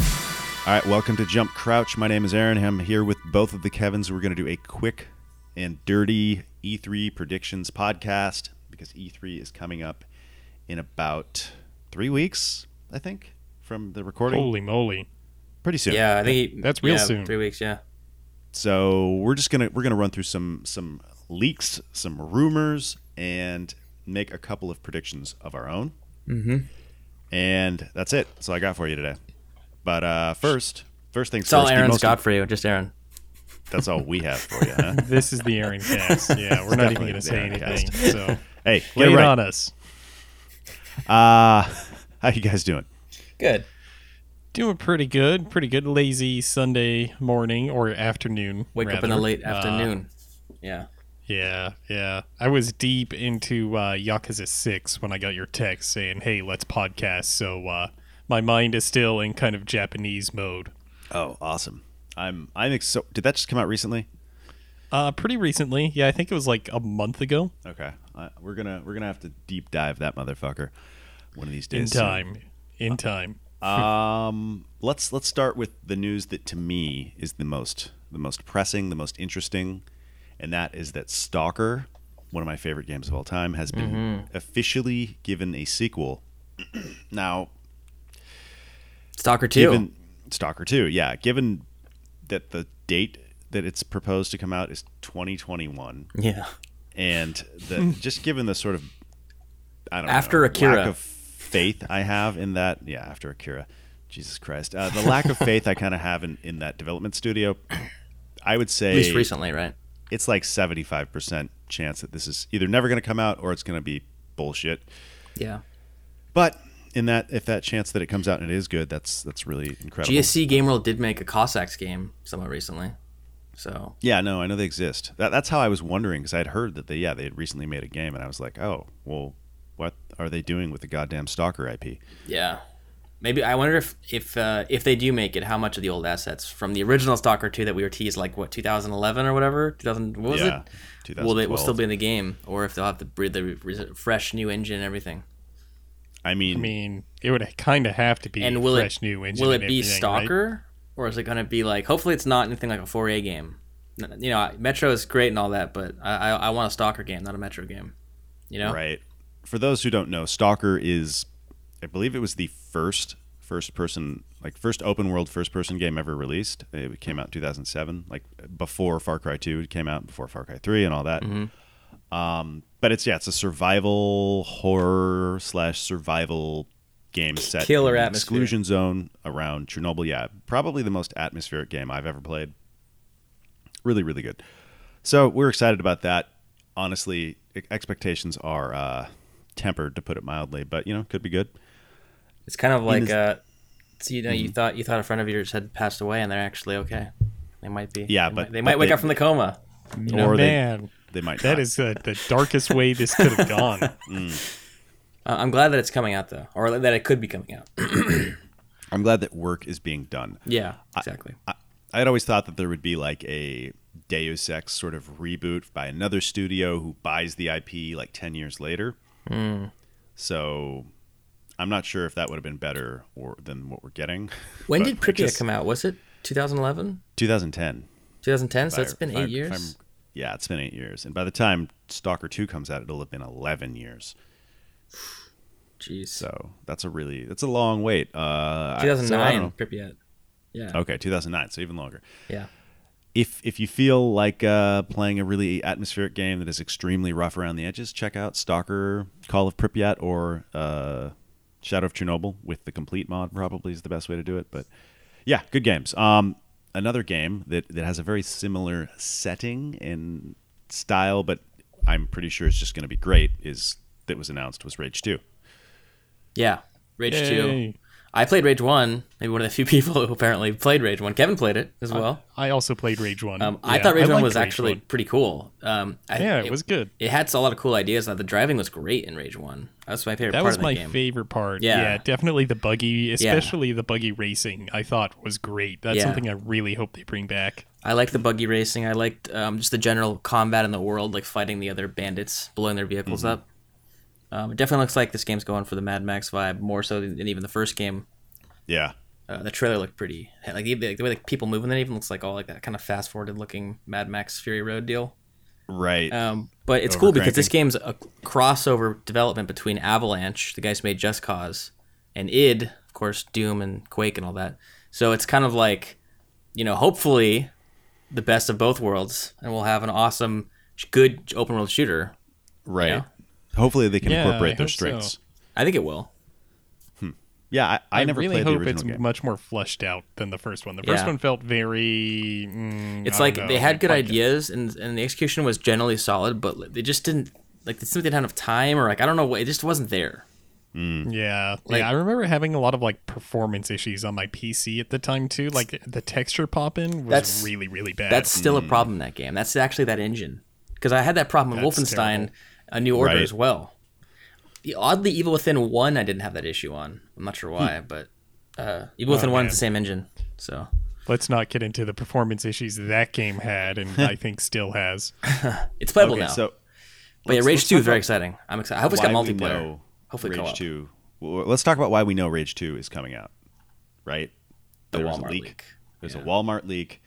All right, welcome to Jump Crouch. My name is Aaron. I'm here with both of the Kevins. We're going to do a quick and dirty E3 predictions podcast because E3 is coming up in about three weeks, I think, from the recording. Holy moly! Pretty soon. Yeah, I think he, That's real yeah, soon. Three weeks, yeah. So we're just gonna we're gonna run through some some leaks, some rumors, and make a couple of predictions of our own. Mm-hmm. And that's it. That's all I got for you today. But uh, first, first things It's first. all the Aaron's most- got for you, just Aaron. That's all we have for you. Huh? This is the Aaron cast. Yeah, we're not even Definitely going to the say Aaron anything. cast. So hey, get lay it it right. on us. Uh, how you guys doing? Good. Doing pretty good. Pretty good. Lazy Sunday morning or afternoon. Wake up in the rather. late Uh, afternoon. Yeah. yeah, yeah. I was deep into uh, Yakuza Six when I got your text saying, "Hey, let's podcast." So uh, my mind is still in kind of Japanese mode. Oh, awesome. I'm I'm ex- so. Did that just come out recently? Uh, pretty recently, yeah, I think it was like a month ago Okay, uh, we're gonna we're gonna have to deep dive that motherfucker one of these in days. soon. time. In time. Um, let's let's start with the news that to me is the most the most pressing, the most interesting, and that is that Stalker, one of my favorite games of all time, has been officially given a sequel. now, Stalker 2. given Stalker 2, yeah, given that the date that it's proposed to come out is 2021 yeah. and the just given the sort of I don't After know, Akira. lack of faith I have in that yeah after Akira Jesus Christ uh, the lack of faith I kind of have in, in that development studio I would At least say recently, right? it's like 75% chance that this is either never going to come out or it's going to be bullshit Yeah. but in that if that chance that it comes out and it is good that's that's really incredible GSC Game World did make a Cossacks game somewhat recently. So Yeah, no, I know they exist. That, that's how I was wondering because I'd heard that they, yeah, they had recently made a game, and I was like, oh, well, what are they doing with the goddamn Stalker IP? yeah. Maybe I wonder if if uh, if they do make it, how much of the old assets from the original Stalker 2 that we were teased like what 2011 or whatever 2000 what was yeah, it? Will they will still 2012. be in the game, or if they'll have to breathe the re- re- fresh new engine and everything? I mean, I mean, it would kind of have to be and will fresh it new engine. will and it be everything, right? Stalker or is it gonna be like? Hopefully, it's not anything like a 4A game. N- You know, Metro is great and all that, but I I, I want a Stalker game, not a Metro game. You know, right? For those who don't know, Stalker is, I believe it was the first first person, like first open world first person game ever released. It came out in 2007, like before Far Cry 2 it came out, before Far Cry 3 and all that. Mm-hmm. Um, but it's yeah, it's a survival horror slash survival game set killer in an atmosphere. exclusion zone around Chernobyl. Yeah, probably the most atmospheric game I've ever played. Really, really good. So we're excited about that. Honestly, e- expectations are uh, tempered, to put it mildly, but you know, could be good. it's kind of like this- uh, so you know, Mm-hmm. you thought you thought a friend of yours had passed away, and they're actually okay. They might be. Yeah, they but- might, they but might wake they- up from the coma. You know, Or they- man, They might. that not. is uh, the darkest way this could have gone. Uh, I'm glad that it's coming out though, or that it could be coming out. I'm glad that work is being done. yeah, exactly. I, I had always thought that there would be like a Deus Ex sort of reboot by another studio who buys the IP like ten years later. Hmm. So. I'm not sure if that would have been better or than what we're getting. when but did it Pripyat just- come out? Was it 2011, 2010. 2010? So If it's I- been if I- eight if I'm- years. yeah, it's been eight years, and by the time Stalker Two comes out, it'll have been eleven years. Jeez, So that's a really that's a long wait. Uh, I- so I don't 2009 know. Pripyat. Yeah, okay, 2009, so even longer. yeah. If if you feel like uh, playing a really atmospheric game that is extremely rough around the edges, check out Stalker, Call of Pripyat, or uh, Shadow of Chernobyl with the complete mod. Probably is the best way to do it. But yeah, good games. Um, another game that that has a very similar setting and style, but I'm pretty sure it's just going to be great. Is that was announced was Rage Two. Yeah, Rage Yay. 2. I played Rage 1. Maybe one of the few people who apparently played Rage 1. Kevin played it as well. I also played Rage One. Um, I Yeah, thought Rage 1 liked was actually 1. pretty cool. Um, I, Yeah, it was good. It had a lot of cool ideas. and The driving was great in Rage 1. That's my favorite That part was of that my game. favorite part. Yeah. Yeah. definitely the buggy, especially the buggy racing. I thought was great. That's Yeah. something I really hope they bring back. I liked the buggy racing. I liked um, just the general combat in the world, like fighting the other bandits, blowing their vehicles Mm-hmm. up. Um, it definitely looks like this game's going for the Mad Max vibe more so than even the first game. Yeah, Uh, the trailer looked pretty like, even- like the way the people moving there even looks like all like that kind of fast forwarded looking Mad Max Fury Road deal. Right. Uh, Um, but it's cool because Overcranking. this game's a crossover development between Avalanche, the guys who made Just Cause, and id, of course, Doom and Quake and all that. So it's kind of like, you know, hopefully the best of both worlds, and we'll have an awesome, good open world shooter. right. yeah. Hopefully they can Yeah, incorporate I their hope so. strengths. I think it will. Yeah, I, I, never really played hope the original it's game. much more fleshed out than the first one. The first Yeah. one felt very. mm, It's I like don't they know, had good pumpkin. ideas, and and the execution was generally solid, but they just didn't like they simply didn't have enough time, or like I don't know, what- it just wasn't there. Mm-hmm. Yeah, Like- yeah. I remember having a lot of like performance issues on my PC at the time too. Like the texture popping was That's- really, really bad. That's still Mm. a problem in that game. That's actually that engine. Because I had that problem in That's Wolfenstein, terrible. A New Order Right. as well. The oddly Evil Within one, I didn't have that issue on. I'm not sure why, Hmm. but uh, Evil Oh, Within one is the same engine. So Let's not get into the performance issues that game had, and I think still has. it's playable Okay, now. so but yeah, let's- Rage let's two talk is very about exciting. I'm excited. I hope it's got why we multiplayer. know Hopefully Rage co-op. 2. Well, let's talk about why we know Rage 2 is coming out, right? The there was a Walmart leak. leak. There's a Walmart leak.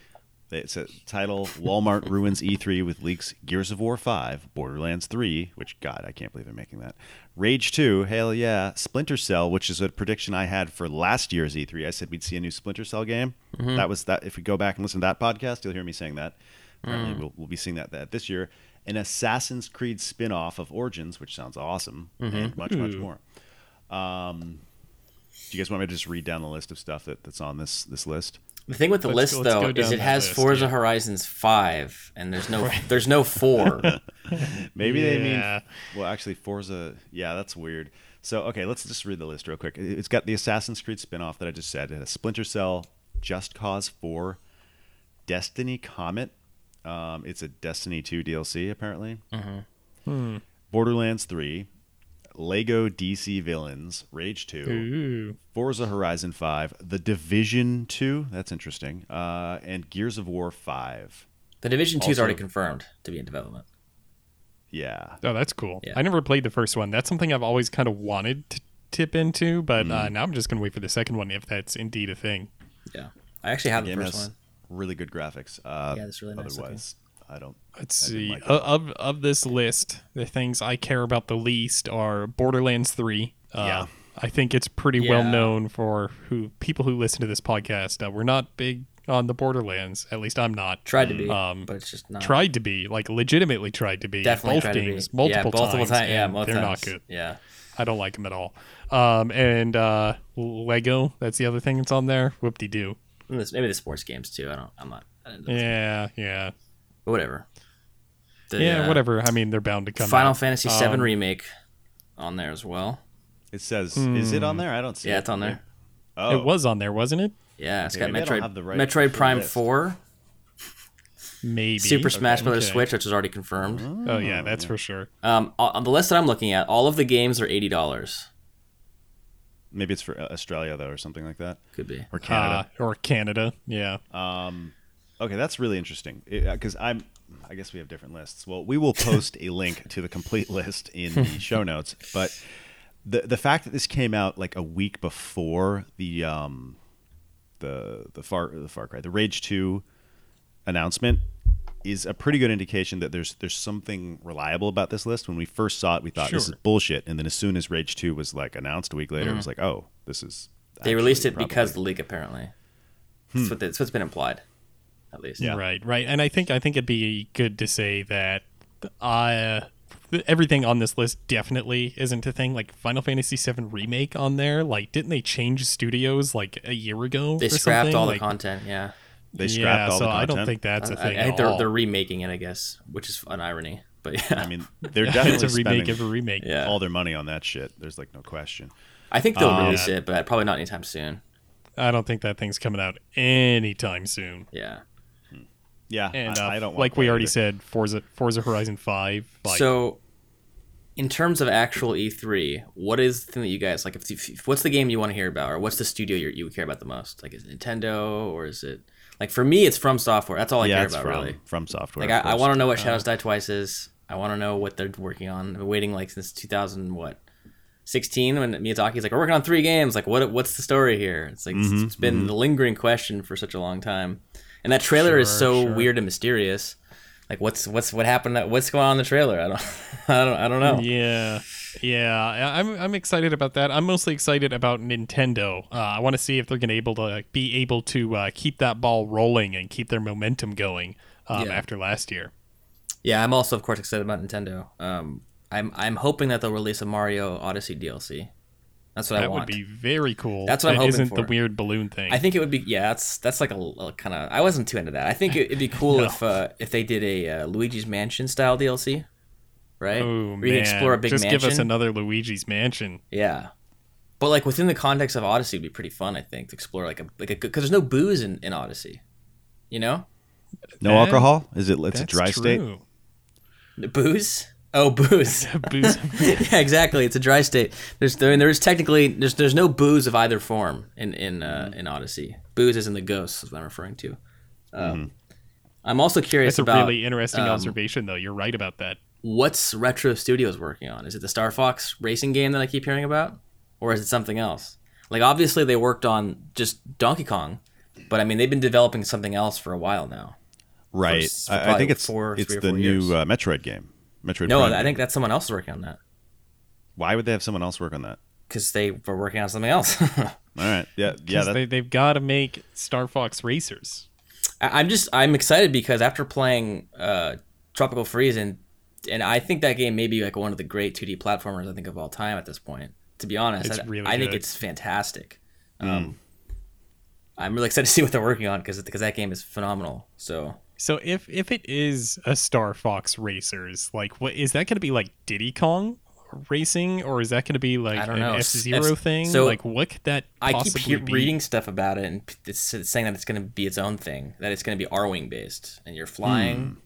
It's a title Walmart ruins E3 with leaks Gears of War 5, Borderlands 3, which God, I can't believe they're making that. Rage 2, hell yeah, Splinter Cell, which is a prediction I had for last year's E3. I said we'd see a new Splinter Cell game. Mm-hmm. That was that if we go back and listen to that podcast, you'll hear me saying that. Apparently Mm. we'll, we'll be seeing that, that this year. An Assassin's Creed spin-off of Origins, which sounds awesome, Mm-hmm. and much, much more. Do you guys want me to just read down the list of stuff that, that's on this this list? The thing with the Let's- list let's go though is down it that has list, Forza yeah. Horizons five, and there's no there's no four. Maybe they Yeah. mean well, actually, Forza. Yeah, that's weird. So okay, let's just read the list real quick. It- It's got the Assassin's Creed spin-off that I just said. It has Splinter Cell, Just Cause Four, Destiny Comet. Um, it's a Destiny Two DLC apparently. Borderlands Three, Lego DC Villains, Rage Two. Ooh, Forza Horizon 5, The Division 2, that's interesting, uh, and Gears of War 5. the Division two is Also- already confirmed to be in development. Yeah. oh, that's cool. Yeah. I never played the first one. That's something I've always kind of wanted to tip into, but Mm-hmm. uh, now I'm just gonna wait for the second one if that's indeed a thing. Yeah, I actually have the Game first has one. really good graphics. Uh, Yeah, that's really nice looking. Otherwise, I don't. Let's I didn't see. like it. O- of of this list, the things I care about the least are Borderlands Three. Uh, Yeah. I think it's pretty well Yeah. known for who people who listen to this podcast. Uh, we're not big on the Borderlands. At least I'm not. Tried to be, Um, but it's just not. tried to be like legitimately tried to be. definitely both tried games, to be. multiple yeah, multiple times. time- Yeah, and multiple they're times. not good. Yeah, I don't like them at all. Um, and uh, Lego. That's the other thing that's on there. Whoop de doo. And this- maybe the sports games too. I don't. I'm not. I don't know. Yeah, yeah, But whatever. The, yeah. uh, Whatever. I mean, they're bound to come. Final out. Um, Fantasy VII remake on there as well. It says, is it on there? I don't see it. Hmm. Yeah, it's on there. Oh, It was on there, wasn't it? Yeah, it's Okay, got maybe I don't have Metroid, the right Metroid full Prime list. Four, Maybe Super Smash Bros. Okay. Switch, which is already confirmed. Oh yeah, that's for sure. Um, on on the list that I'm looking at, all of the games are eighty dollars. Maybe it's for uh, Australia, though, or something like that. Could be. Or Canada. Uh, or Canada. Yeah. Okay, that's really interesting because I'm. I guess we have different lists. Well, we will post a link to the complete list in the show notes. But the the fact that this came out like a week before the um the the far the Far Cry the Rage Two announcement is a pretty good indication that there's there's something reliable about this list. When we first saw it, we thought this is Sure. Mm-hmm. bullshit, and then as soon as Rage Two was like announced a week later, it was like, oh, this is. They released it actually because of probably- Hmm. the leak, apparently. That's what they, that's what's been implied, at least. Right. Right. And I think I think it'd be good to say that uh, th- everything on this list definitely isn't a thing. Like Final Fantasy VII remake on there. Like, didn't they change studios like a year ago? They or scrapped something? all Like, the content. Yeah. they scrapped yeah, all so the I content. don't think that's a I, thing. I at think Uh, they're, all. they're remaking it, I guess, which is an irony. But yeah, I mean, they're definitely it's a remake spending- of a remake. Yeah. all their money on that shit. There's like no question. I think uh, they'll release it, but probably not anytime soon. I don't think that thing's coming out anytime soon. Yeah. Yeah, And I, uh, I don't wanna like play we it already either. said, Forza Forza Horizon Five. Like, so, in terms of actual E3, what is the thing that you guys like? If, if what's the game you want to hear about, or what's the studio you you care about the most? Like, is it Nintendo, or is it like for me, it's From Software. That's all I yeah, care it's about, from really. from software. Like, of I, I course. want to know Uh-huh. what Shadows Die Twice is. I want to know what they're working on. I've been waiting like since 2000 what 16 when Miyazaki's like, "We're working on three games. Like, what what's the story here?" It's like Mm-hmm, it's- it's been the lingering question for such a long time, and that trailer is Sure, so sure. weird and mysterious. Like, what's what's what happened? What's going on in the trailer? I don't, I don't, I don't know. Yeah, yeah. I- I'm I'm excited about that. I'm mostly excited about Nintendo. Uh, I want to see if they're gonna able to like, be able to uh, keep that ball rolling and keep their momentum going um, Yeah. after last year. Yeah, I'm also of course excited about Nintendo. Um, I'm I'm hoping that they'll release a Mario Odyssey DLC. That's what I That want. would be very cool. That's what I'm That hoping isn't the for. weird balloon thing. I think it would be yeah. That's that's like a, kind of. I wasn't too into that. I think it, it'd be cool No. if uh, if they did a uh, Luigi's Mansion style DLC, right? Oh Where you man! can explore a big Just mansion. give us another Luigi's Mansion. yeah, but like within the context of Odyssey, would be pretty fun. I think to explore like a like a because there's no booze in, in Odyssey, you know, No That- alcohol? Is it? It's a That's dry state. true. The booze. Oh, booze. Booze- yeah, exactly. It's a dry state. There's there, there is technically there's there's no booze of either form in in uh, Mm-hmm. in Odyssey. Booze is in the ghosts, is what I'm referring to. Um, I'm also curious Mm-hmm. That's a about um, really interesting observation, though. You're right about that. what's Retro Studios working on? Is it the Star Fox racing game that I keep hearing about, or is it something else? Like obviously they worked on just Donkey Kong, but I mean they've been developing something else for a while now. Right. s- for I, I probably think it's four- it's three or the four years. new uh, Metroid game. Metroid. No, Prime I game. think that's someone else working on that Why would they have someone else work on that? because they were working on something else. All right. Yeah. Yeah. 'Cause That, they, they've got to make Star Fox Racers. I- I'm just I'm excited because after playing uh, Tropical Freeze and and I think that game may be like one of the great 2D platformers I think of all time at this point. To be honest, It's I, really I think good. Hmm. it's fantastic. Um, I'm really excited to see what they're working on because because that game is phenomenal. So So if if it is a Star Fox Racers, like what is that going to be like Diddy Kong racing, or is that going to be like I don't an know. F Zero S- thing? so like what could that I keep possibly hear- be? reading stuff about it and p- it's, it's saying that it's going to be its own thing, that it's going to be R wing based and you're Hmm. flying.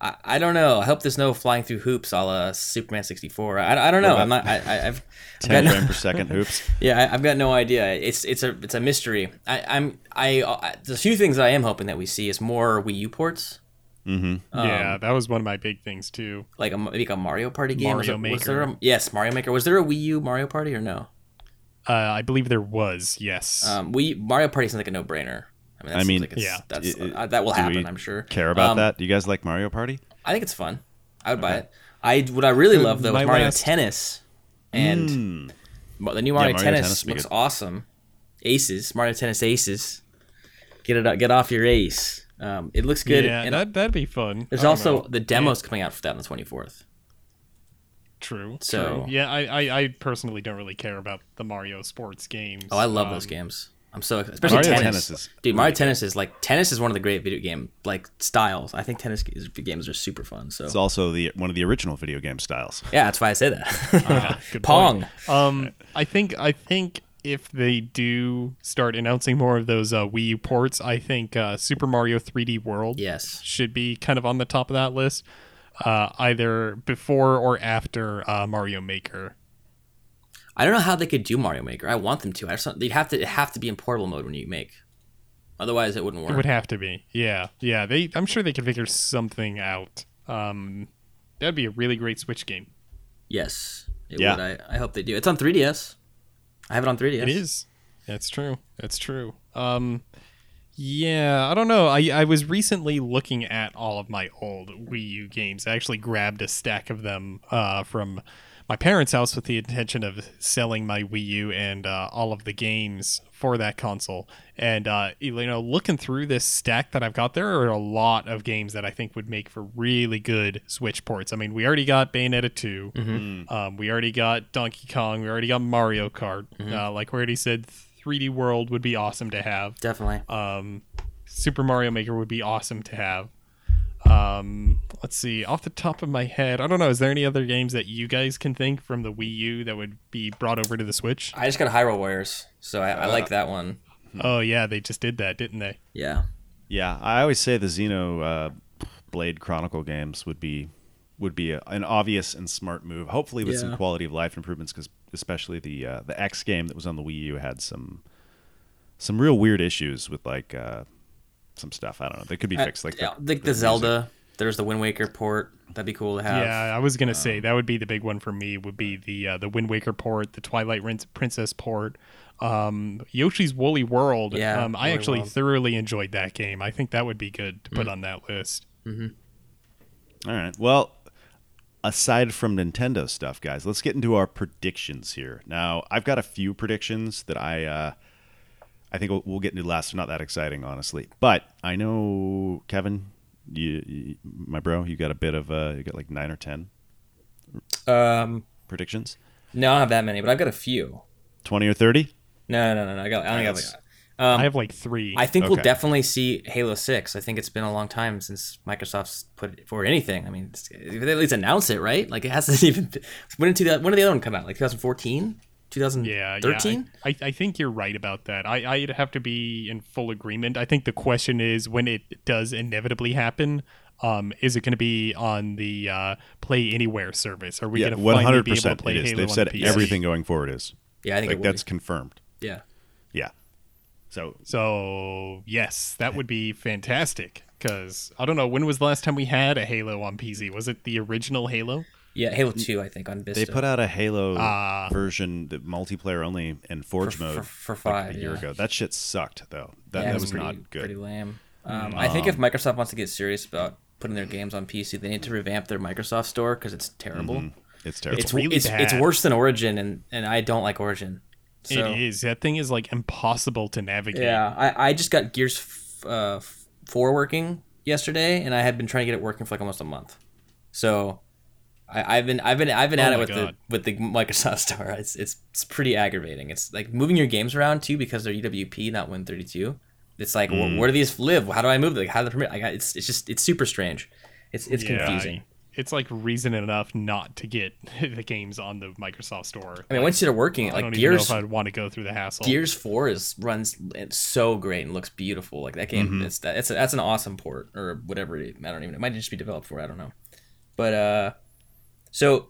I, I don't know. I hope there's no flying through hoops a la Superman 64. I, I don't know. I'm not. I, I, I've, I've got ten no- frame per second. Hoops. Yeah, I, I've got no idea. It's it's a it's a mystery. I, I'm I, I the few things I am hoping that we see is more Wii U ports, um, yeah, that was one of my big things too. like a, maybe like a Mario Party game. was Mario there- was there a- yes, Mario Maker. Was there a Wii U Mario Party or no? Uh, I believe there was yes. Um, we Mario Party sounds like a no brainer. I mean, that I seems mean, like it's, Yeah. that's, it- uh, that will do we happen. I'm sure. Care about Um, that? Do you guys like Mario Party? I think it's fun. I would buy it. I what I really love though my is Mario last- Tennis, and Mm. Ma- the new Mario, Mario Tennis, Tennis would be looks good. awesome. Aces, Mario Tennis Aces. Get it, out- get off your ace. Um, it looks good. yeah, and that that'd be fun. I There's don't also know. the demos coming out for that on the 24th. true. So- true. yeah, I, I I personally don't really care about the Mario sports games. Oh, I love Um, those games. I'm so excited. especially Mario tennis. Tennis is Dude, Mario Tennis is like tennis is one of the great video game like styles. I think tennis is- games are super fun. So It's also the one of the original video game styles. yeah, that's why I say that. good Pong. Um, I think I think if they do start announcing more of those uh, Wii U ports, I think uh, Super Mario 3D World Yes. should be kind of on the top of that list, uh, either before or after uh, Mario Maker. I don't know how they could do Mario Maker. I want them to. I just don't- they'd have to it'd have to be in portable mode when you make. Otherwise, it wouldn't work. It would have to be, yeah, yeah. They, I'm sure they could figure something out. Um, that'd be a really great Switch game. yes. It Yeah. would. I, I hope they do. It's on 3DS. I have it on 3DS. It is. That's true. That's true. Um, yeah, I don't know. I, I was recently looking at all of my old Wii U games. I actually grabbed a stack of them uh, from my parents' house with the intention of selling my Wii U and uh, all of the games for that console. And uh, you know, looking through this stack that I've got, there are a lot of games that I think would make for really good Switch ports. I mean, we already got Bayonetta 2 um, we already got Donkey Kong. We already got Mario Kart. Uh, like we already said, 3D World would be awesome to have. Definitely. Uh, Um, Super Mario Maker would be awesome to have. Um, let's see. Off the top of my head, I don't know. Is there any other games that you guys can think from the Wii U that would be brought over to the Switch? I just got Hyrule Warriors, so I, I uh, like that one. Oh yeah, they just did that, didn't they? Yeah. Yeah, I always say the Xeno uh, Blade Chronicle games would be would be a, an obvious and smart move. Hopefully, with Yeah. some quality of life improvements, because especially the uh, the X game that was on the Wii U had some some real weird issues with like uh, some stuff. I don't know. They could be fixed. Like yeah, the, like the, Zelda There's the Wind Waker port. That'd be cool to have. um, Yeah, I was gonna say that would be the big one for me. Would be the uh, the Wind Waker port, the Twilight Rin- Princess port, um, Yoshi's Woolly World. Yeah, um, I Woolly actually World. Mm. thoroughly enjoyed that game. I think that would be good to put on that list. All right. Well, aside from Nintendo stuff, guys, let's get into our predictions here. Now, I've got a few predictions that I uh, I think we'll, we'll get into last. They're Not that exciting, honestly. But I know Kevin, you, you my bro, you got a bit of uh, you got like nine or ten Um, predictions, no, I don't have that many, but I've got a few. twenty or thirty. No, no, no, no. I got. I only got. Nice. Like, um, I have like three. I think Okay. we'll definitely see Halo Six. I think it's been a long time since Microsoft's put it for anything. I mean, it's- they at least announce it, right? Like it hasn't even. Been, when did 2000 when did the other one come out? Like 2014, yeah, 2013. yeah. I, I, I think you're right about that. I, I'd have to be in full agreement. I think the question is when it does inevitably happen. Um, is it going to be on the uh, Play Anywhere service? Are we Yeah, going to one finally hundred be able to percent. play It is. Halo They've on said the PC? everything going forward is Yeah, I think it like will that's be. confirmed. yeah. Yeah. So So yes, that would be fantastic. Because I don't know when was the last time we had a Halo on PC. Was it the original Halo? Yeah, Halo Two, I think on Vista. Mm, They put out a Halo Uh, version, the multiplayer only and Forge for- mode for like five, a year yeah. ago. That shit sucked though. That, Yeah, it that was pretty- not good. Pretty lame. Um, I think if Microsoft wants to get serious about putting their games on PC, they need to revamp their Microsoft store because it's terrible. Mm-hmm. It's terrible. It's really it's, it's bad. worse than Origin, and and I don't like Origin. So, It is. That thing is like impossible to navigate. Yeah, I, I just got Gears f- uh, f- 4 working yesterday, and I had been trying to get it working for like almost a month. So I, I've been I've been I've been at Oh my it with God. the with the Microsoft Store. It's, it's it's pretty aggravating. It's like moving your games around too because they're UWP, not Win32. It's like wh- Mm. where do these live? How do I move? Like how do the permit? Like, I- it's it's just it's super strange. It's it's Yeah, confusing. It's like reason enough not to get the games on the Microsoft Store. I mean, once you're working, I like don't Gears even know if I'd want to go through the hassle. Gears Four is runs it's so great and looks beautiful. Like that game, it's that it's that's an awesome port or whatever. It, I don't even. It might just be developed for. I don't know. But uh, so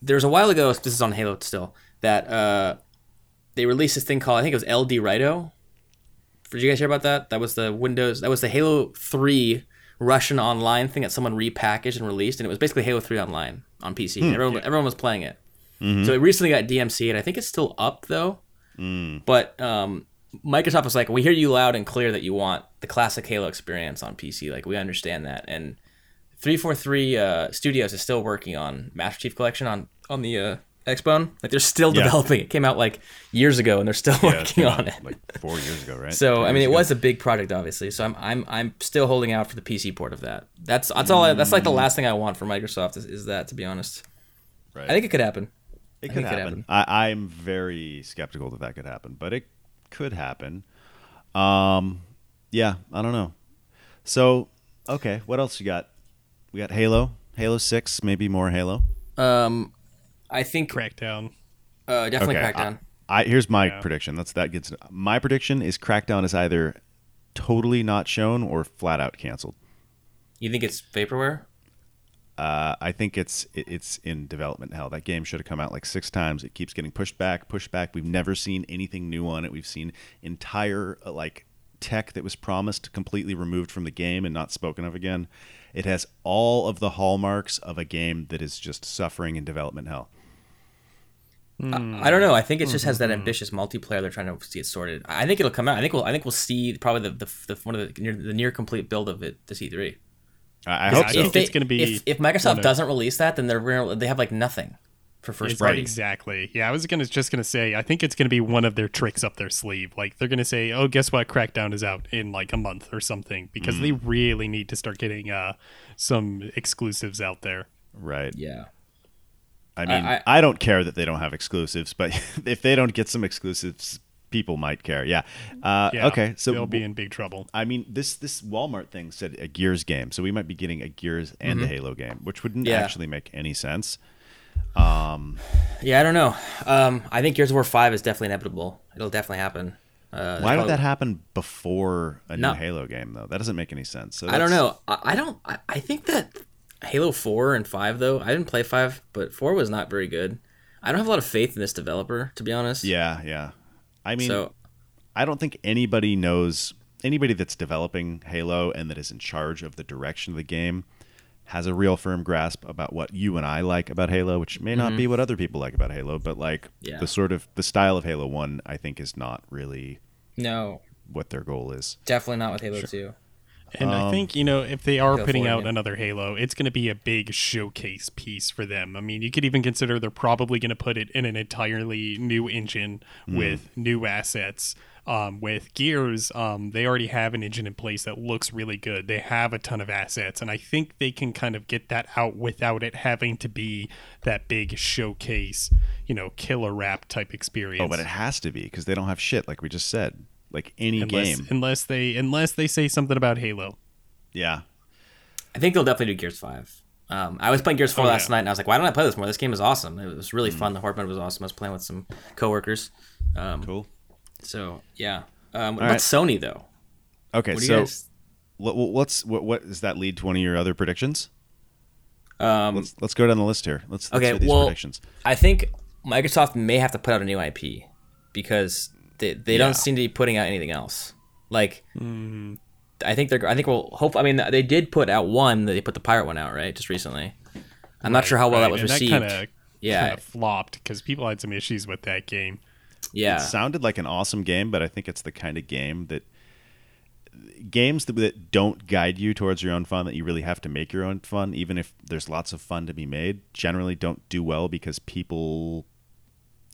there's a while ago. This is on Halo still. That uh, they released this thing called I think it was LD Rito. Did you guys hear about that? That was the Windows. That was the Halo Three Russian online thing that someone repackaged and released, and it was basically Halo Three online on PC. Hmm. everyone, everyone was playing it. Mm-hmm. So it recently got DMC, and I think it's still up though. Hmm. But um, Microsoft was like, "We hear you loud and clear that you want the classic Halo experience on PC. Like we understand that." And 343 uh, Studios is still working on Master Chief Collection on on the uh, Xbone. Like they're still Yeah. developing. It came out like years ago, and they're still Yeah, it's working been out, on it. Like four years ago, right? So Three I mean, years it ago. was a big project, obviously. So I'm I'm I'm still holding out for the PC port of that. That's that's all. I, that's Mm. like the last thing I want from Microsoft is, is that. To be honest, Right. I think it could happen. it I could think it happen. happened. I, I'm very skeptical that that could happen, but it could happen. Um, yeah, I don't know. So okay, what else you got? We got Halo, Halo Six, maybe more Halo. Um, I think Crackdown. uh, definitely Okay, Crackdown. I here's my prediction. That's that gets my prediction is Crackdown is either totally not shown or flat out canceled. you think it's vaporware? Uh, I think it's it- it's in development hell. That game should have come out like six times. It keeps getting pushed back, pushed back. We've never seen anything new on it. We've seen entire uh, like tech that was promised completely removed from the game and not spoken of again. It has all of the hallmarks of a game that is just suffering in development hell. Mm. I don't know. I think it just has that Mm-hmm. ambitious multiplayer they're trying to see it sorted. I think it'll come out. I think we'll. I think we'll see probably the, the, the one of the near, the near complete build of it this E3. I, I Yeah, hope I so. think it's gonna be if, if one Microsoft of- doesn't release that, then they're real, they have like nothing for first It's- party. Exactly. Yeah, I was gonna just gonna say. I think it's gonna be one of their tricks up their sleeve. Like they're gonna say, "Oh, guess what? Crackdown is out in like a month or something," because they Mm. really need to start getting uh, some exclusives out there. Right. Yeah. I mean, I, I- don't care that they don't have exclusives, but if they don't get some exclusives, people might care. Yeah. Uh, Yeah, okay. So they'll be in big trouble. I mean, this this Walmart thing said a Gears game, so we might be getting a Gears and a Halo game, which wouldn't Mm-hmm. Yeah. actually make any sense. Yeah. I don't know. Um, I think Gears of War Five is definitely inevitable. It'll definitely happen. Uh, Why probably- would that happen before a No. new Halo game, though? That doesn't make any sense. So I don't that's- know. I, I don't. I, I think that Halo Four and Five though. I didn't play Five, but Four was not very good. I don't have a lot of faith in this developer, to be honest. Yeah, yeah. I mean, So I don't think anybody knows anybody that's developing Halo and that is in charge of the direction of the game has a real firm grasp about what you and I like about Halo, which may not be what other people like about Halo, but like Mm-hmm. Yeah. the sort of the style of Halo 1 I think is not really No, what their goal is. definitely not with Halo 2. And I think, Um, you know, if they are go putting for it, out yeah. another Halo, it's going to be a big showcase piece for them. I mean, you could even consider they're probably going to put it in an entirely new engine Hmm. with new assets. Um, with Gears, um, they already have an engine in place that looks really good. They have a ton of assets, and I think they can kind of get that out without it having to be that big showcase, you know, killer rap type experience. Oh, but it has to be because they don't have shit like we just said. Like any unless, game. unless they unless they say something about Halo. Yeah. I think they'll definitely do Gears 5. Um, I was playing Gears 4 Oh, last yeah. night and I was like, why don't I play this more? This game is awesome. It was Hmm. really fun. The horde mode was awesome. I was playing with some coworkers. Um, Cool. So, yeah. Um, what All about right. Sony, though? Okay, What do you so guys. what, what's what, what does that lead to one of your other predictions? Um, Let's let's go down the list here. Let's, let's Okay, hear these well- predictions. I think Microsoft may have to put out a new IP because they, they Yeah. Mm. don't seem to be putting out anything else. Like, I think they're. I think we'll hope. I mean, they did put out one. They put the pirate one out right just recently. I'm not sure how well that was Right, and received. That kinda, Yeah. kinda flopped because people had some issues with that game. yeah, It sounded like an awesome game, but I think it's the kind of game that games that, that don't guide you towards your own fun that you really have to make your own fun even if there's lots of fun to be made generally don't do well because people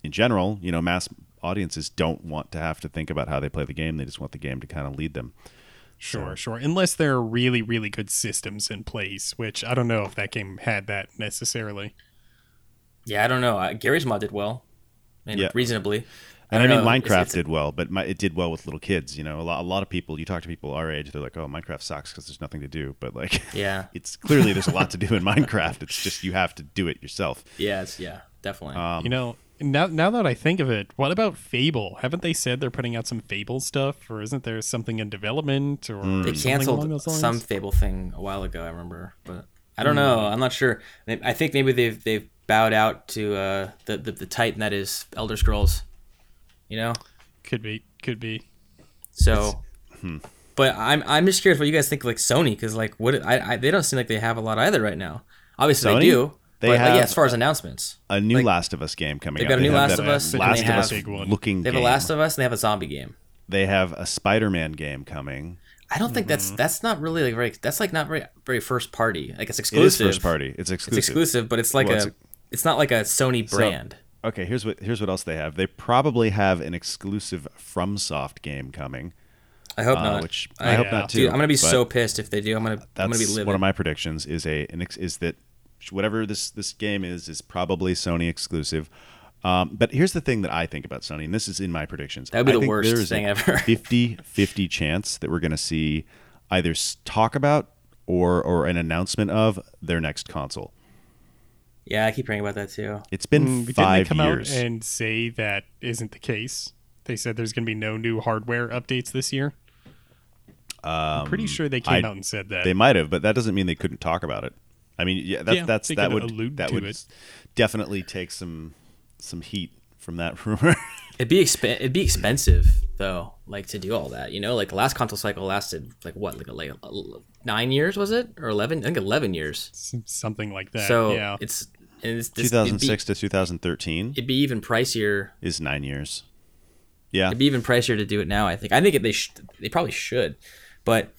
in general you know mass audiences don't want to have to think about how they play the game they just want the game to kind of lead them Sure, sure. Unless there are really, really good systems in place, which I don't know if that game had that necessarily. yeah. I don't know. Uh, Gary's mod did well, and Yeah. reasonably. And I, mean, don't know. Minecraft It's- it's- did well, but my, it did well with little kids. You know, a lot, a lot of people. You talk to people our age, they're like, "Oh, Minecraft sucks because there's nothing to do." But like, Yeah. it's clearly there's a lot to do in Minecraft. It's just you have to do it yourself. Yeah, it's, yeah, Um, definitely. you know, now now that I think of it, what about Fable? Haven't they said they're putting out some Fable stuff, or isn't there something in development? Or Mm. they something along canceled those lines? some Fable thing a while ago. I remember, but I Hmm. don't know. I'm not sure. I I think maybe they've they've bowed out to uh, the, the the titan that is Elder Scrolls. You know, Could be, could be. so. hmm. But I'm I'm just curious what you guys think of, like Sony because like what I, I they don't seem like they have a lot either right now. Obviously Sony? they do. They but, like, yeah, have- as far as announcements, A new Like- Last of Us game coming They've out. got a new have Last that of Us, and Last they of have- Us Big one. looking they have game. a Last of Us and they have a zombie game. they have a Spider-Man game coming. I don't think Mm-hmm. that's that's not really like very that's like not very very first party. Like it's It is exclusive. first party. It's exclusive. It's exclusive, but it's like Well, a it's it's, not like a Sony brand. Okay, here's what here's what else they have. They probably have an exclusive FromSoft game coming, I hope uh, not. which I, hope not too. Dude, I'm gonna be but- so pissed if they do. I'm gonna I'm gonna be that's livid. one of my predictions is a an ex, is that whatever this this game is is probably Sony exclusive. Um, but here's the thing that I think about Sony, and this is in my predictions. That'd be I the think worst there is a thing ever. 50 50 chance that we're going to see either s- talk about or or an announcement of their next console. yeah, I keep praying about that too. It's been Mm, but five didn't they come years. out and say that isn't the case? They said there's going to be no new hardware updates this year. I'm pretty sure they came Um, I- out and said that. They might have, but that doesn't mean they couldn't talk about it. I mean, yeah, that, Yeah, that's they that could would allude that to would it. definitely take some some heat from that rumor. It'd be exp- it'd be expensive though, like to do all that. You know, like the last console cycle lasted like what, like, like nine years was it or eleven? I think eleven years. S- something like Uh, that. so yeah. it's, and it's this, it'd be- 2006 to 2013 It'd be even pricier. is nine years. Yeah, It'd be even pricier to do it now. I think. I think they sh- they probably should, but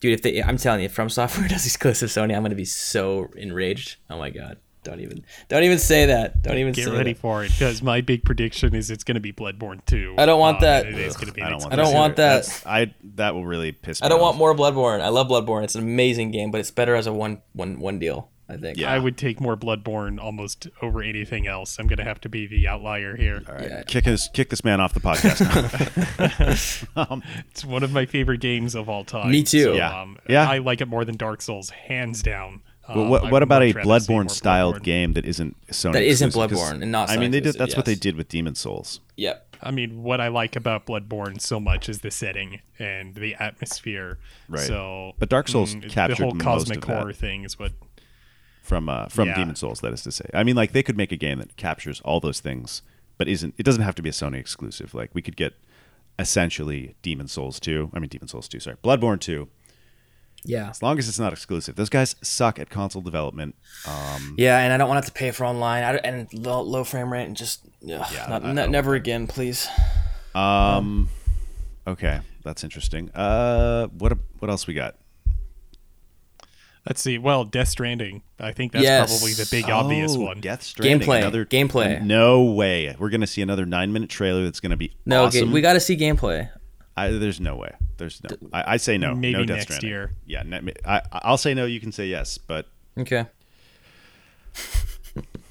dude, if they, I'm telling you, if From Software does exclusive Sony, I'm gonna be so enraged. Oh my god, don't even, don't even say that. Don't even Get say ready that. for it because my big prediction is it's going to be Bloodborne 2. I don't want Uh, that. It is going to be. I an don't want. exclusive. I don't that want either. that. That's- I that will really piss. me I don't off. want more Bloodborne. I love Bloodborne. It's an amazing game, but it's better as a one one one deal. I think. Yeah. I would take more Bloodborne almost over anything else. I'm going to have to be the outlier here. All right, Yeah. kick this kick this man off the Um, podcast. It's one of my favorite games of all time. Me too. So, Yeah. Um, Yeah. I like it more than Dark Souls, hands down. Well, Um, I what what would about a much rather see more Bloodborne styled Bloodborne. game that isn't Sony? That isn't exclusive? 'Cause, Bloodborne and not I mean, they Sony did. exclusive, That's what they yes. did with Demon Souls. Yep. I mean, what I like about Bloodborne so much is the setting and the atmosphere. Right. So, But Dark Souls it's captured the whole most of cosmic that. horror thing is what from uh, from Yeah. Demon Souls, that is to say. I mean, like they could make a game that captures all those things, but isn't it doesn't have to be a Sony exclusive. Like we could get essentially Demon Souls two. I mean, Demon Souls two. Sorry, Bloodborne two. Yeah. As long as it's not exclusive. Those guys suck at console development. Um, Yeah, and I don't want to have to pay for online I, don't- and low, low frame rate and just ugh, not, I- I ne- don't- never again, please. um, okay, that's interesting. Uh, what what else we got? Let's see. Well, Death Stranding. I think that's Yes. probably the big obvious Oh, one. Death Stranding. Gameplay, Another, gameplay. No way. We're gonna see another nine minute trailer that's gonna be No, ga- awesome. we got to see gameplay. I, there's no way. There's no. I, I say no. Maybe no Death next Stranding. year. Yeah. Ne- I, I'll say no. You can say yes, but Okay.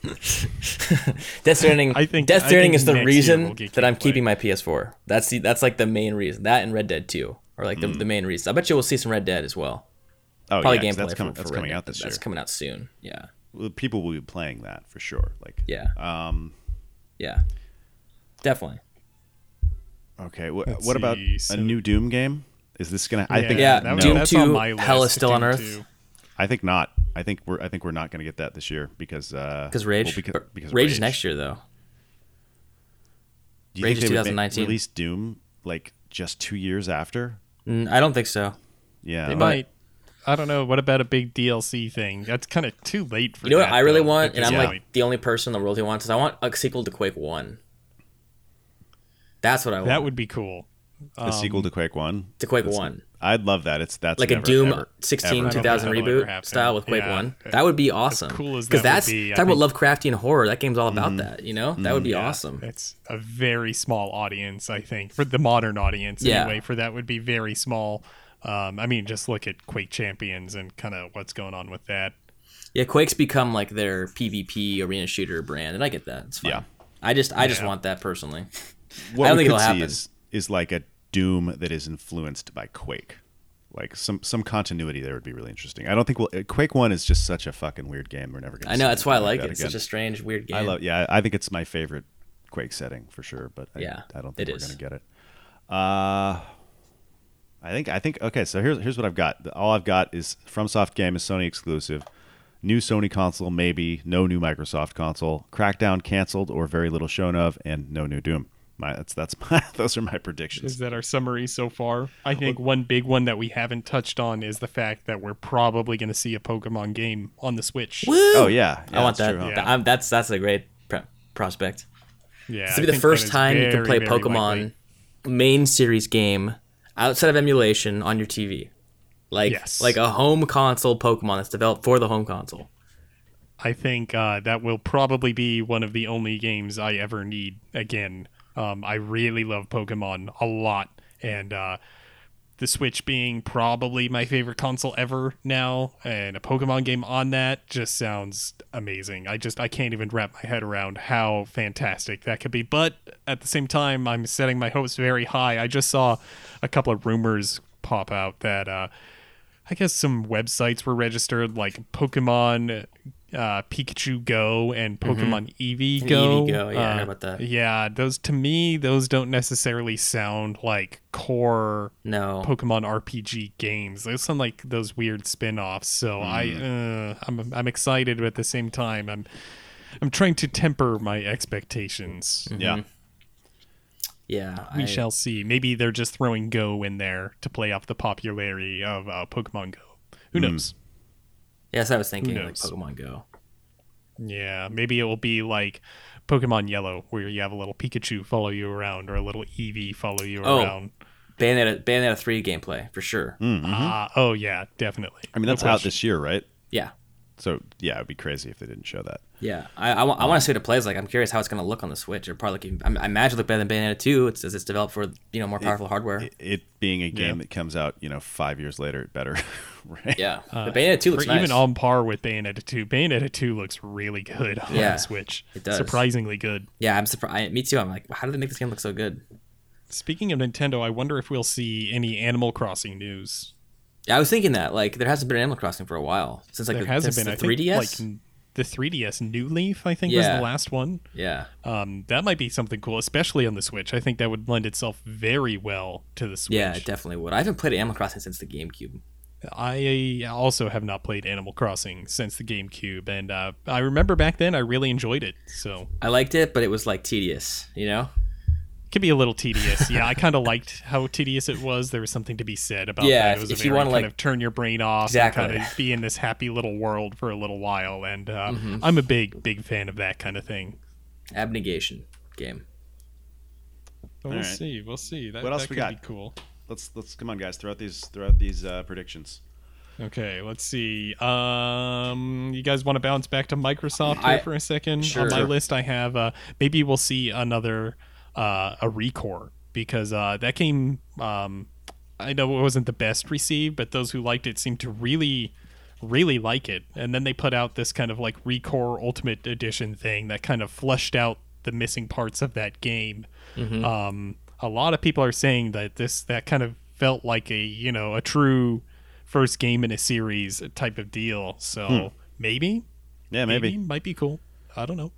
Death Stranding. I think- Death I Stranding think is the next year reason we'll get that I'm gameplay. keeping my PS4. That's the that's like the main reason. That and Red Dead 2 are like the, the main reasons. I bet you we'll see some Red Dead as well. Mm. oh Probably yeah, 'cause gameplay. that's for- coming. for that's Red coming Dead. out this year. That's coming out soon. Yeah. Well, People will be playing that for sure. Like Yeah. Um. Yeah. Definitely. Okay. Wh- Let's what about see, a so- new Doom game? Is this gonna? I think. Yeah, that no. was- Doom that's on 2, my list, Hell is Still on Doom Earth. 2. I think not. I think we're. I think we're not gonna get that this year because. Because Because Rage. because, Or- because Rage is next year though. Do you Rage think is they would ma- 2019. Release Doom like just two years after. Mm, I don't think so. Yeah. They might. I don't know. What about a big DLC thing? That's kind of too late for You know what that, I really though, want, at and this I'm point. like the only person in the world who wants is I want a sequel to Quake One. That's what I want. that would be cool. the sequel um, to Quake One. to Quake One, I'd love that. It's that's like never, a Doom ever, 16 ever. don't 2000 think that'll ever reboot happen. style with Quake Yeah. One. That would be awesome. cool as that would that's be, I talk about Lovecraftian horror. That game's all about Mm-hmm. that. You know, that would be awesome. It's a very small audience, I think, for the modern audience Yeah. anyway. For that would be very small. Um, I mean, just look at Quake Champions and kind of what's going on with that. Yeah, Quake's become like their PvP arena shooter brand, and I get that. It's fine. Yeah. I just, I just want that personally. What I don't we think could it'll see happen. is is like a Doom that is influenced by Quake. Like some some continuity there would be really interesting. I don't think we'll uh, Quake One is just such a fucking weird game. We're never gonna. I see know that's why I anything like it. that It's again. such a strange, weird game. I love. Yeah, I I think it's my favorite Quake setting for sure. But I, Yeah, I don't it think we're is. gonna get it. Uh, I think I think okay. So here's here's what I've got. All I've got is FromSoft game is Sony exclusive. New Sony console, maybe no new Microsoft console. Crackdown canceled or very little shown of, and no new Doom. My that's that's my those are my predictions. Is that our summary so far? I think one big one that we haven't touched on is the fact that we're probably going to see a Pokemon game on the Switch. Oh yeah, yeah, I want that's that. true, huh? Yeah. Th- I'm, that's that's a great pr- prospect. Yeah, This will I be the think that first is time you can very, play very Pokemon likely. main series game outside of emulation on your TV, like Yes. like a home console Pokemon that's developed for the home console. I think uh, that will probably be one of the only games I ever need again. Um, I really love Pokemon a lot, and uh, the Switch being probably my favorite console ever now, and a Pokemon game on that just sounds amazing. I just I can't even wrap my head around how fantastic that could be. But at the same time, I'm setting my hopes very high. I just saw a couple of rumors pop out that uh, I guess some websites were registered like Pokemon uh, Pikachu Go and Pokemon Eevee Go. Mm-hmm. Eevee Go, yeah, I Uh, heard about that. Yeah, those to me those don't necessarily sound like core No, Pokemon RPG games. There's some like those weird spin-offs. So I uh, I'm I'm excited but at the same time I'm I'm trying to temper my expectations. Yeah. Mm-hmm. yeah, We I- shall see. Maybe they're just throwing Go in there to play off the popularity of uh, Pokemon Go. Who knows? Yeah, that's what I was thinking. Like knows? Pokemon Go. Yeah, maybe it will be like Pokemon Yellow, where you have a little Pikachu follow you around or a little Eevee follow you Oh. around. Bayonetta, Bayonetta three gameplay for sure. Ah, oh yeah, definitely. I mean No that's out question. this year, right? Yeah, So yeah, it'd be crazy if they didn't show that. yeah. I, I, wa- I want to see what it plays like. I'm curious how it's going to look on the Switch. It probably look even, I, I imagine it'll look better than Bayonetta two. It's as it's developed for you know more powerful hardware. It being a game that comes out, you know, five years later, better, right? yeah, the Bayonetta two looks Or nice. Uh, even on par with Bayonetta 2. Bayonetta 2 looks really good on Yeah, the Switch. it does. Surprisingly good. yeah, I'm surprised. Me too. I'm like, how did they make this game look so good? Speaking of Nintendo, I wonder if we'll see any Animal Crossing news. Yeah, I was thinking that. Like, there hasn't been Animal Crossing for a while since like There the, hasn't since been. I the 3DS. think like the 3DS New Leaf, I think was Yeah. the last one. yeah, Um, that might be something cool, especially on the Switch. I think that would lend itself very well to the Switch. yeah, it definitely would. I haven't played Animal Crossing since the GameCube. I also have not played Animal Crossing since the GameCube, and uh, I remember back then I really enjoyed it. So I liked it, but it was like tedious. You know, can be a little tedious. Yeah, I kind of liked how tedious it was. There was something to be said about Yeah, that. if- It was if a you very wanna, kind like- of turn your brain off Exactly. Mm-hmm. and kind of be in this happy little world for a little while. And uh, I'm a big, big fan of that kind of thing. Abnegation game. But All we'll right. see. We'll see. That, What else that we could got? be cool. Let's let's come on, guys. Throw out these throw out these uh, predictions. Okay, let's see. Um, you guys want to bounce back to Microsoft here I- for a second? Sure. On my list, I have uh, maybe we'll see another uh, a recore because uh, that game. Um, I know it wasn't the best received, but those who liked it seemed to really, really like it. And then they put out this kind of like recore Ultimate Edition thing that kind of flushed out the missing parts of that game um, a lot of people are saying that this that kind of felt like a you know a true first game in a series type of deal so maybe, Yeah, maybe maybe. might be cool i don't know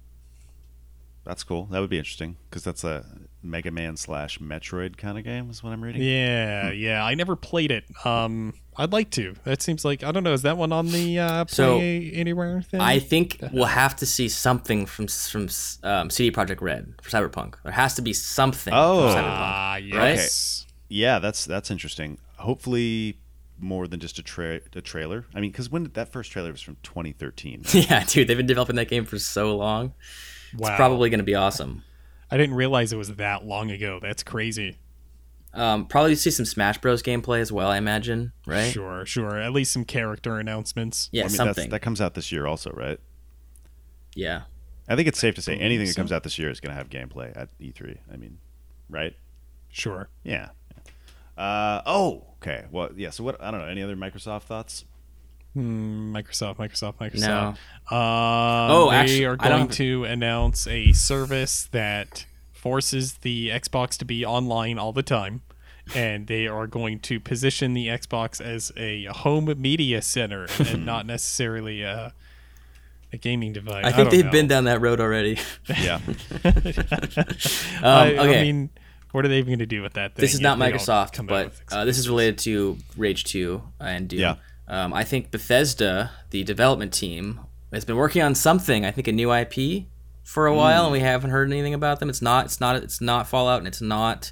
That's cool. That would be interesting because that's a Mega Man slash Metroid kind of game, is what I'm reading. yeah yeah i never played it um i'd like to that seems like i don't know is that one on the uh play So, anywhere thing I think we'll have to see something from from um, CD Projekt Red for Cyberpunk. There has to be something. Oh. from Cyberpunk. ah yes Yeah, that's that's interesting. Hopefully, more than just a, tra- a trailer. I mean, because when did that first trailer was from 2013. yeah, dude, they've been developing that game for so long. wow It's probably going to be awesome. i didn't realize it was that long ago that's crazy Um, probably see some Smash Bros. gameplay as well. I imagine, right? sure sure at least some character announcements Yeah, I mean, that's, something. that comes out this year, also, right? Yeah, I think it's safe to say anything that so. comes out this year is going to have gameplay at E3. I mean, right? sure Yeah. Uh, oh, okay. Well, yeah. So what? I don't know. Any other Microsoft thoughts? Mm, Microsoft, Microsoft, No. Microsoft. Um, Oh, they actu- are I going don't have- to announce a service that forces the Xbox to be online all the time, and they are going to position the Xbox as a home media center Hmm. and not necessarily a, a gaming device. I think don't they've know. been down that road already. Yeah. um, I, okay, I mean, what are they going to do with that? Thing this is if not they don't Microsoft, come out but with uh, this is related to Rage Two and Doom. Yeah. Um, I think Bethesda, the development team, has been working on something. I think a new IP for a while, and we haven't heard anything about them. It's not. It's not. It's not Fallout, and it's not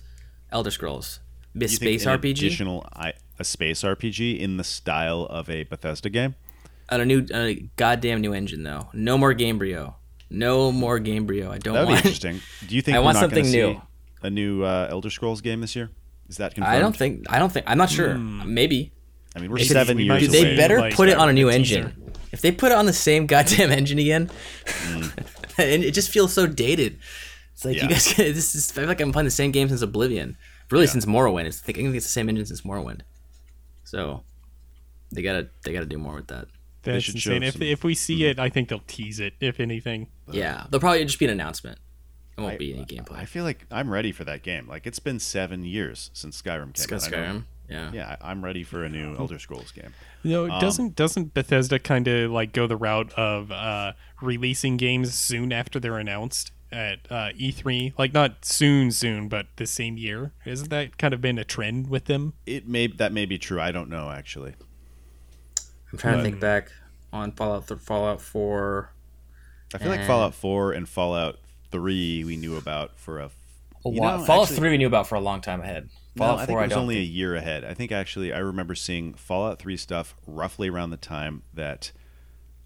Elder Scrolls. Be a You think space an RPG. Additional, I, a space RPG in the style of a Bethesda game. on a new, on a goddamn new engine though. No more Gamebryo. No more Gamebryo. I don't That would be want. interesting. Do you think I we're want not gonna something see new. A new uh, Elder Scrolls game this year? Is that confirmed? I don't think. I don't think. I'm not sure. Maybe. I mean, we're seven we years. might Dude, There's a they away. way better like put it on a new a engine. If they put it on the same goddamn engine again, and it just feels so dated. It's like Mm. Yeah. you guys. This is. I feel like I'm playing the same game since Oblivion. Really, since Morrowind. It's, I think it's the same engine since Morrowind. So they gotta they gotta do more with that. They That's should show insane. If, some- if we Hmm. see it, I think they'll tease it. If anything, Yeah, there'll probably just be an announcement. It won't be any I gameplay. feel like I'm ready for that game. Like it's been seven years since Skyrim came It's got out. I know- Skyrim. Yeah. Yeah, I- I'm ready for a new Elder Scrolls game. No, Um, doesn't doesn't Bethesda kind of like go the route of uh, releasing games soon after they're announced at uh, E3? Like not soon, soon, but the same year. Isn't that kind of been a trend with them? It may that may be true. I don't know actually. I'm trying to think back on Fallout th- Fallout 4 I feel like Uh. Fallout 4 and Fallout 3 we knew about for a. f- a You while. know, Fallout actually- 3 we knew about for a long time ahead. No, Fallout I 4 think it was I don't only think- a year ahead. I think actually I remember seeing Fallout 3 stuff roughly around the time that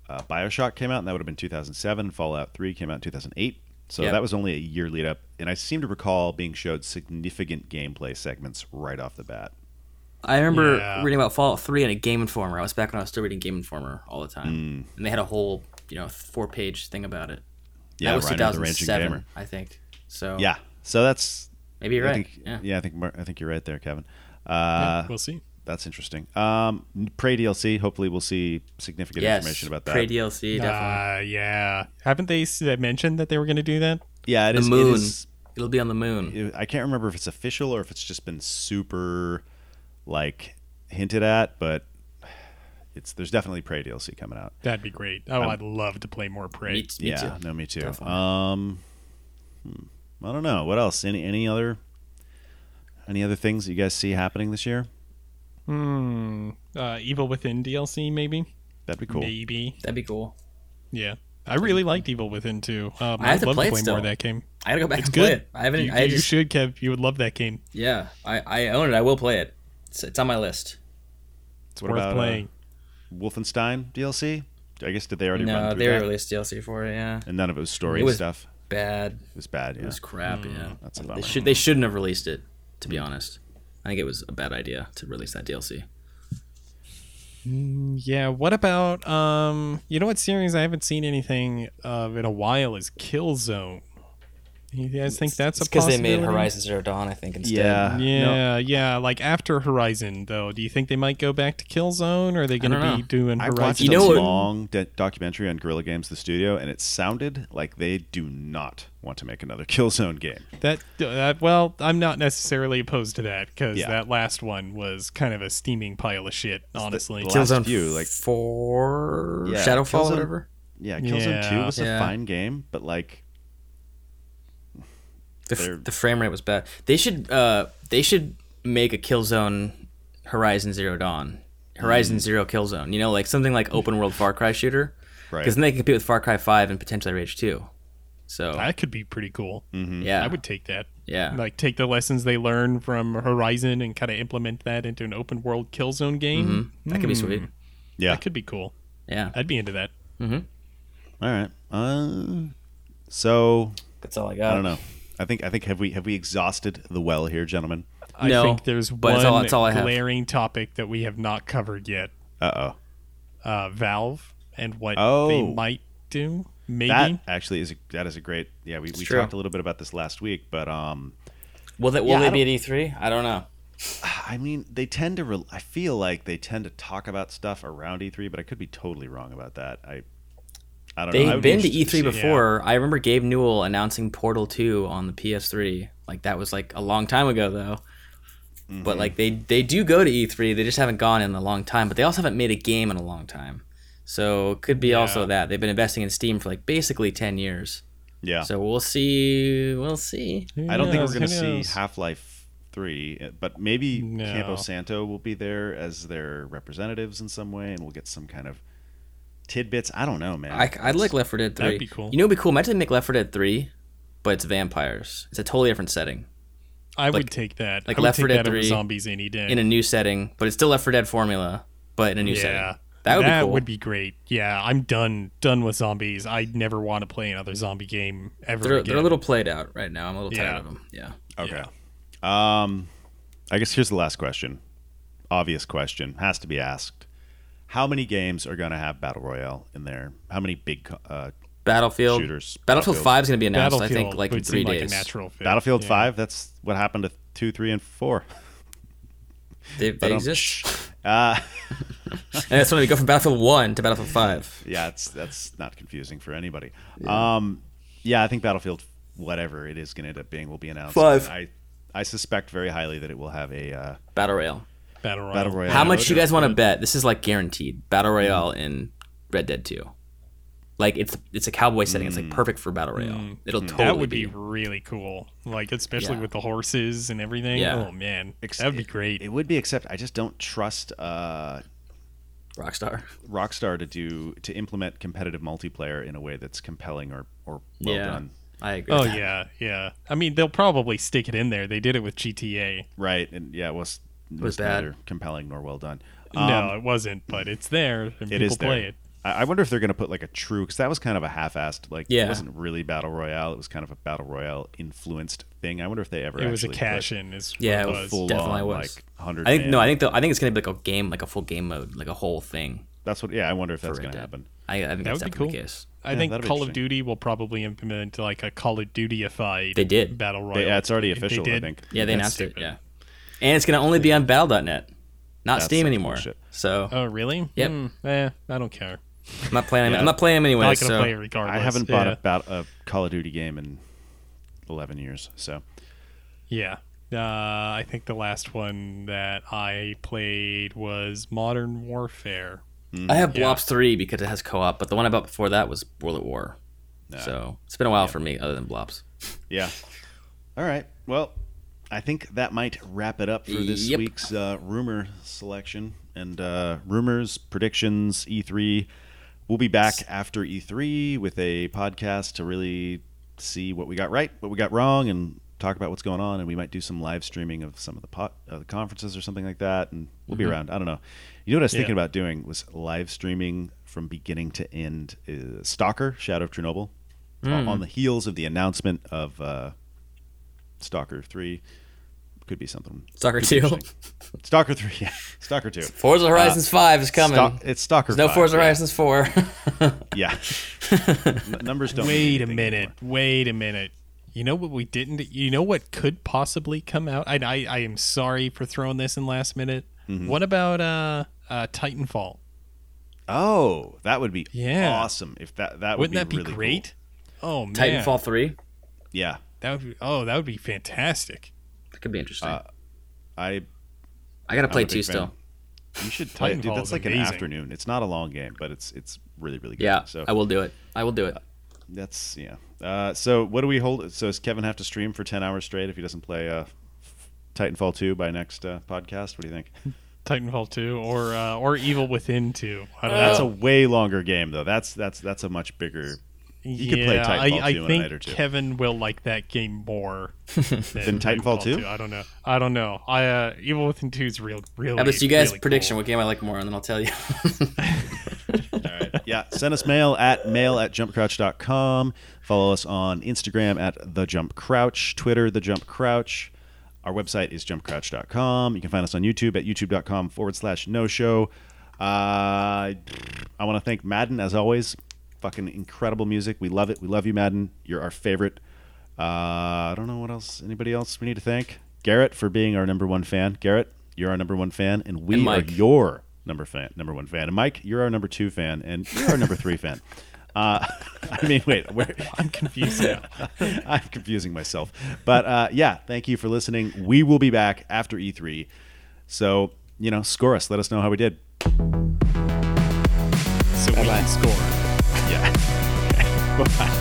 uh, BioShock came out, and that would have been 2007. Fallout 3 came out in 2008. So Yeah. that was only a year lead up, and I seem to recall being showed significant gameplay segments right off the bat. I remember Yeah. reading about Fallout 3 in a Game Informer. I was back when I was still reading Game Informer all the Mm. time. And they had a whole, you know, four-page thing about it. Yeah, that was Rhino the Raging 2007, Gamer. I think. So Yeah, so that's maybe Oh. you're I right. think, yeah. I think Mar- I think you're right there, Kevin. Uh, we'll see. That's interesting. Um, Prey DLC. Hopefully, we'll see significant Yes. information about that. Prey DLC definitely. Uh, yeah. Haven't they s- uh, mentioned that they were going to do that? yeah, it the is. moon. It is It'll be on the moon. it- I can't remember if it's official or if it's just been super, like, hinted at. But it's there's definitely Prey DLC coming out. That'd be great. Oh, Um, I'd love to play more Prey. Me, t- me yeah, too. no, me too. Definitely. Um, hmm, I don't know what else. Any any other any other things that you guys see happening this year? Hmm. Uh, Evil Within DLC, maybe. That'd be cool. Maybe. That'd be cool. Yeah. I really liked Evil Within too. Um, I I'd have to love play it to play still. more of that game. I gotta go back It's and play good. it. I haven't. you, I you just, should, Kev. You would love that game. yeah, I, I own it. I will play it. It's, it's on my list. It's What worth about, uh, playing. Wolfenstein DLC. I guess did they already No, run through they that? released DLC for it. Yeah, And none of it was story It was- stuff. bad. It was bad. Yeah. It was crap. Yeah, Mm, That's a they bummer. should they shouldn't have released it. To be honest, I think it was a bad idea to release that DLC. Yeah. What about um? You know what series I haven't seen anything of in a while is Killzone. You guys think that's a because they possibility? made Horizon Zero Dawn. I think instead. Yeah. Uh, No. Yeah, yeah. Like after Horizon, though, do you think they might go back to Killzone, or are they going don't to be know. doing I watched Horizon? You a know what- long de- documentary on Guerrilla Games, the studio, and it sounded like they do not want to make another Killzone game. That, uh, that well, I'm not necessarily opposed to that because Yeah. that last one was kind of a steaming pile of shit, honestly. the Killzone last few, like- four, Yeah, Shadowfall, Killzone- whatever. Yeah, Killzone Two Yeah. was Yeah. a fine game, but like The, They're- f- the frame rate was bad. They should uh they should make a Killzone Horizon Zero Dawn. Mm. Horizon Zero Killzone. You know, like something like open world Far Cry shooter. Right. Because then they can compete with Far Cry Five and potentially Rage Two. So That could be pretty cool. Mm-hmm. yeah, I would take that. yeah. Like take the lessons they learn from Horizon and kind of implement that into an open world Killzone game. that could be Hmm. sweet. yeah. That could be cool. Yeah, I'd be into that. All right. Uh, so that's all I got. I don't know. I think I think have we have we exhausted the well here, gentlemen? I No, think there's but one it's all- it's all I have. glaring topic that we have not covered yet. Uh oh. uh, Valve and what they Oh. might do. Maybe That actually is a, that is a great yeah. We, we true. talked a little bit about this last week, but um, Will that will Yeah, I they be at E three? I don't know. I mean they tend to. Re- I feel like they tend to talk about stuff around E3, but I could be totally wrong about that. I I don't know. I They've would be been to E interested three see. before. I remember Gabe Newell announcing Portal two on the PS three. Like that was like a long time ago though. Mm-hmm. But like they they do go to E three. They just haven't gone in a long time. But they also haven't made a game in a long time. So it could be also Yeah. that they've been investing in Steam for like basically ten years. Yeah. So we'll see. We'll see. Who I don't think knows? we're going to Who see knows? Half Life 3, uh, but maybe No. Campo Santo will be there as their representatives in some way, and we'll get some kind of tidbits. I don't know, man. I, I'd like Left 4 Dead 3. That'd be cool. You know, what would be cool. Imagine they make Left 4 Dead 3, but it's vampires. It's a totally different setting. I would like- take that. like I would Left 4 take Dead that over 3 zombies any day. In a new setting, but it's still Left 4 Dead formula, but in a new yeah. setting. That would that be cool. would be great. Yeah, I'm done done with zombies. I never want to play another zombie game ever they're, again. they're a little played out right now. I'm a little Yeah. tired of them. Yeah. okay. Um, I guess here's the last question. Obvious question. Has to be asked. How many games are going to have Battle Royale in there? How many big. co- Uh, Battlefield. Shooters. Battlefield Battlefield. 5 is going to be announced, I Battlefield think, like in would three seem days. like a natural fit. Battlefield Yeah. 5? That's what happened to 2, 3, and 4. They, they Ba-dum. um, exist. Uh, and that's when we go from Battlefield 1 to Battlefield 5. yeah, it's that's not confusing for anybody. Um, yeah, I think Battlefield, whatever it is going to end up being, will be announced. Five. And I, I suspect very highly that it will have a uh, Battle Royale. battle royale. battle royale. How much mode you or- guys want to bet? This is like guaranteed. Battle Royale in Red Dead 2. Like it's it's a cowboy setting. It's like perfect for battle royale. Mm. It'll totally that would be be really cool. Like especially Yeah. with the horses and everything. Yeah. Oh man, Ex- that would be it- great. It, would be, except I just don't trust uh, Rockstar. Rockstar to do to implement competitive multiplayer in a way that's compelling or or well yeah, done. I agree. oh with that. yeah, yeah. I mean, they'll probably stick it in there. They did it with GTA. Right, and yeah, it was it was bad. neither compelling nor well done. no, it wasn't, but it's there and Um, It people is there. play it. I I wonder if they're going to put like a true because that was kind of a half-assed like Yeah. it wasn't really battle royale. It was kind of a battle royale influenced thing. I wonder if they ever It was a actually put cash in. Is what Yeah, it it was. was full- Definitely full-on, was. Like, 100 I think man. no. I think the, I think it's gonna be like a game, like a full game mode, like a whole thing. that's what. Yeah, I wonder if that's Red going to Dead. happen. I, I think that's would be definitely the cool. case. I Yeah, think that'd be Call of interesting. Duty will probably implement like a Call of Dutyified. They did. battle royale. They, yeah, it's already They official. I did. think. Yeah, they announced That's it. stupid. Yeah, and it's gonna only be on Battle.net, not That's Steam such anymore. bullshit. So Oh really? Yep. Hmm, eh, I don't care. I'm not playing. I'm not playing them anyway. I'm not gonna so play it regardless. I haven't bought yeah. about a Call of Duty game in 11 years. So Yeah. Uh, I think the last one that I played was Modern Warfare. I have Yeah. Blops Three because it has co-op, but the one I bought before that was World at War. So it's been a while for me, other than Blops. yeah. All right. Well, I think that might wrap it up for this Yep. week's uh, rumor selection and uh, rumors, predictions, E E3. We'll be back after E3 with a podcast to really see what we got right, what we got wrong, and talk about what's going on. And we might do some live streaming of some of the pot, uh, the conferences or something like that. And we'll be around. I don't know. You know what I was Yeah. thinking about doing was live streaming from beginning to end. Uh, Stalker, Shadow of Chernobyl, on- on the heels of the announcement of uh, Stalker Three, could be something. Stalker could be 2. interesting. Stalker Three, yeah, Stalker Two. Forza Horizons 5 is coming. Stalk- it's Stalker. There's no 5, Forza yeah. Horizons 4. Yeah. N- Numbers don't. mean Wait a anything minute. anymore. Wait a minute. You know what we didn't? You know what could possibly come out? I I, I am sorry for throwing this in last minute. What about uh, uh Titanfall? Oh, that would be Yeah. awesome. If that that would Wouldn't that be really cool. great? Oh man, Titanfall 3. Yeah. That would be, oh that would be fantastic. That could be interesting. I I got to play a big 2 still. fan. you should play it, dude. Titanfall That's is like an amazing. afternoon. It's not a long game, but it's it's really really good. Yeah, So I will do it. I will do it. that's yeah. Uh, so what do we hold? So does Kevin have to stream for ten hours straight if he doesn't play uh, Titanfall two by next uh, podcast? What do you think? Titanfall two or uh, or Evil Within two. I don't That's a know. way longer game though. That's that's that's a much bigger you could play Yeah, Titanfall I, 2 in a I think night or two. Kevin will like that game more than, Titanfall 2? I don't know. I don't know. I uh, Evil Within two is real. Really. How about you guys really prediction cool. what game I like more, and then I'll tell you. yeah send us mail at mail at jumpcrouch.com follow us on instagram at the jump crouch twitter the jump crouch our website is jumpcrouch.com you can find us on youtube at youtube.com forward slash no show uh, i want to thank madden as always fucking incredible music we love it we love you madden you're our favorite uh, i don't know what else anybody else we need to thank garrett for being our number one fan garrett you're our number one fan and we And are Mike. your your number fan, number one fan, and Mike, you're our number two fan, and you're our number three fan. Uh, I mean, wait, where, I'm confused now. I'm confusing myself, but uh, yeah, thank you for listening. We will be back after E3, so you know, score us, let us know how we did. so we can score. Yeah, bye.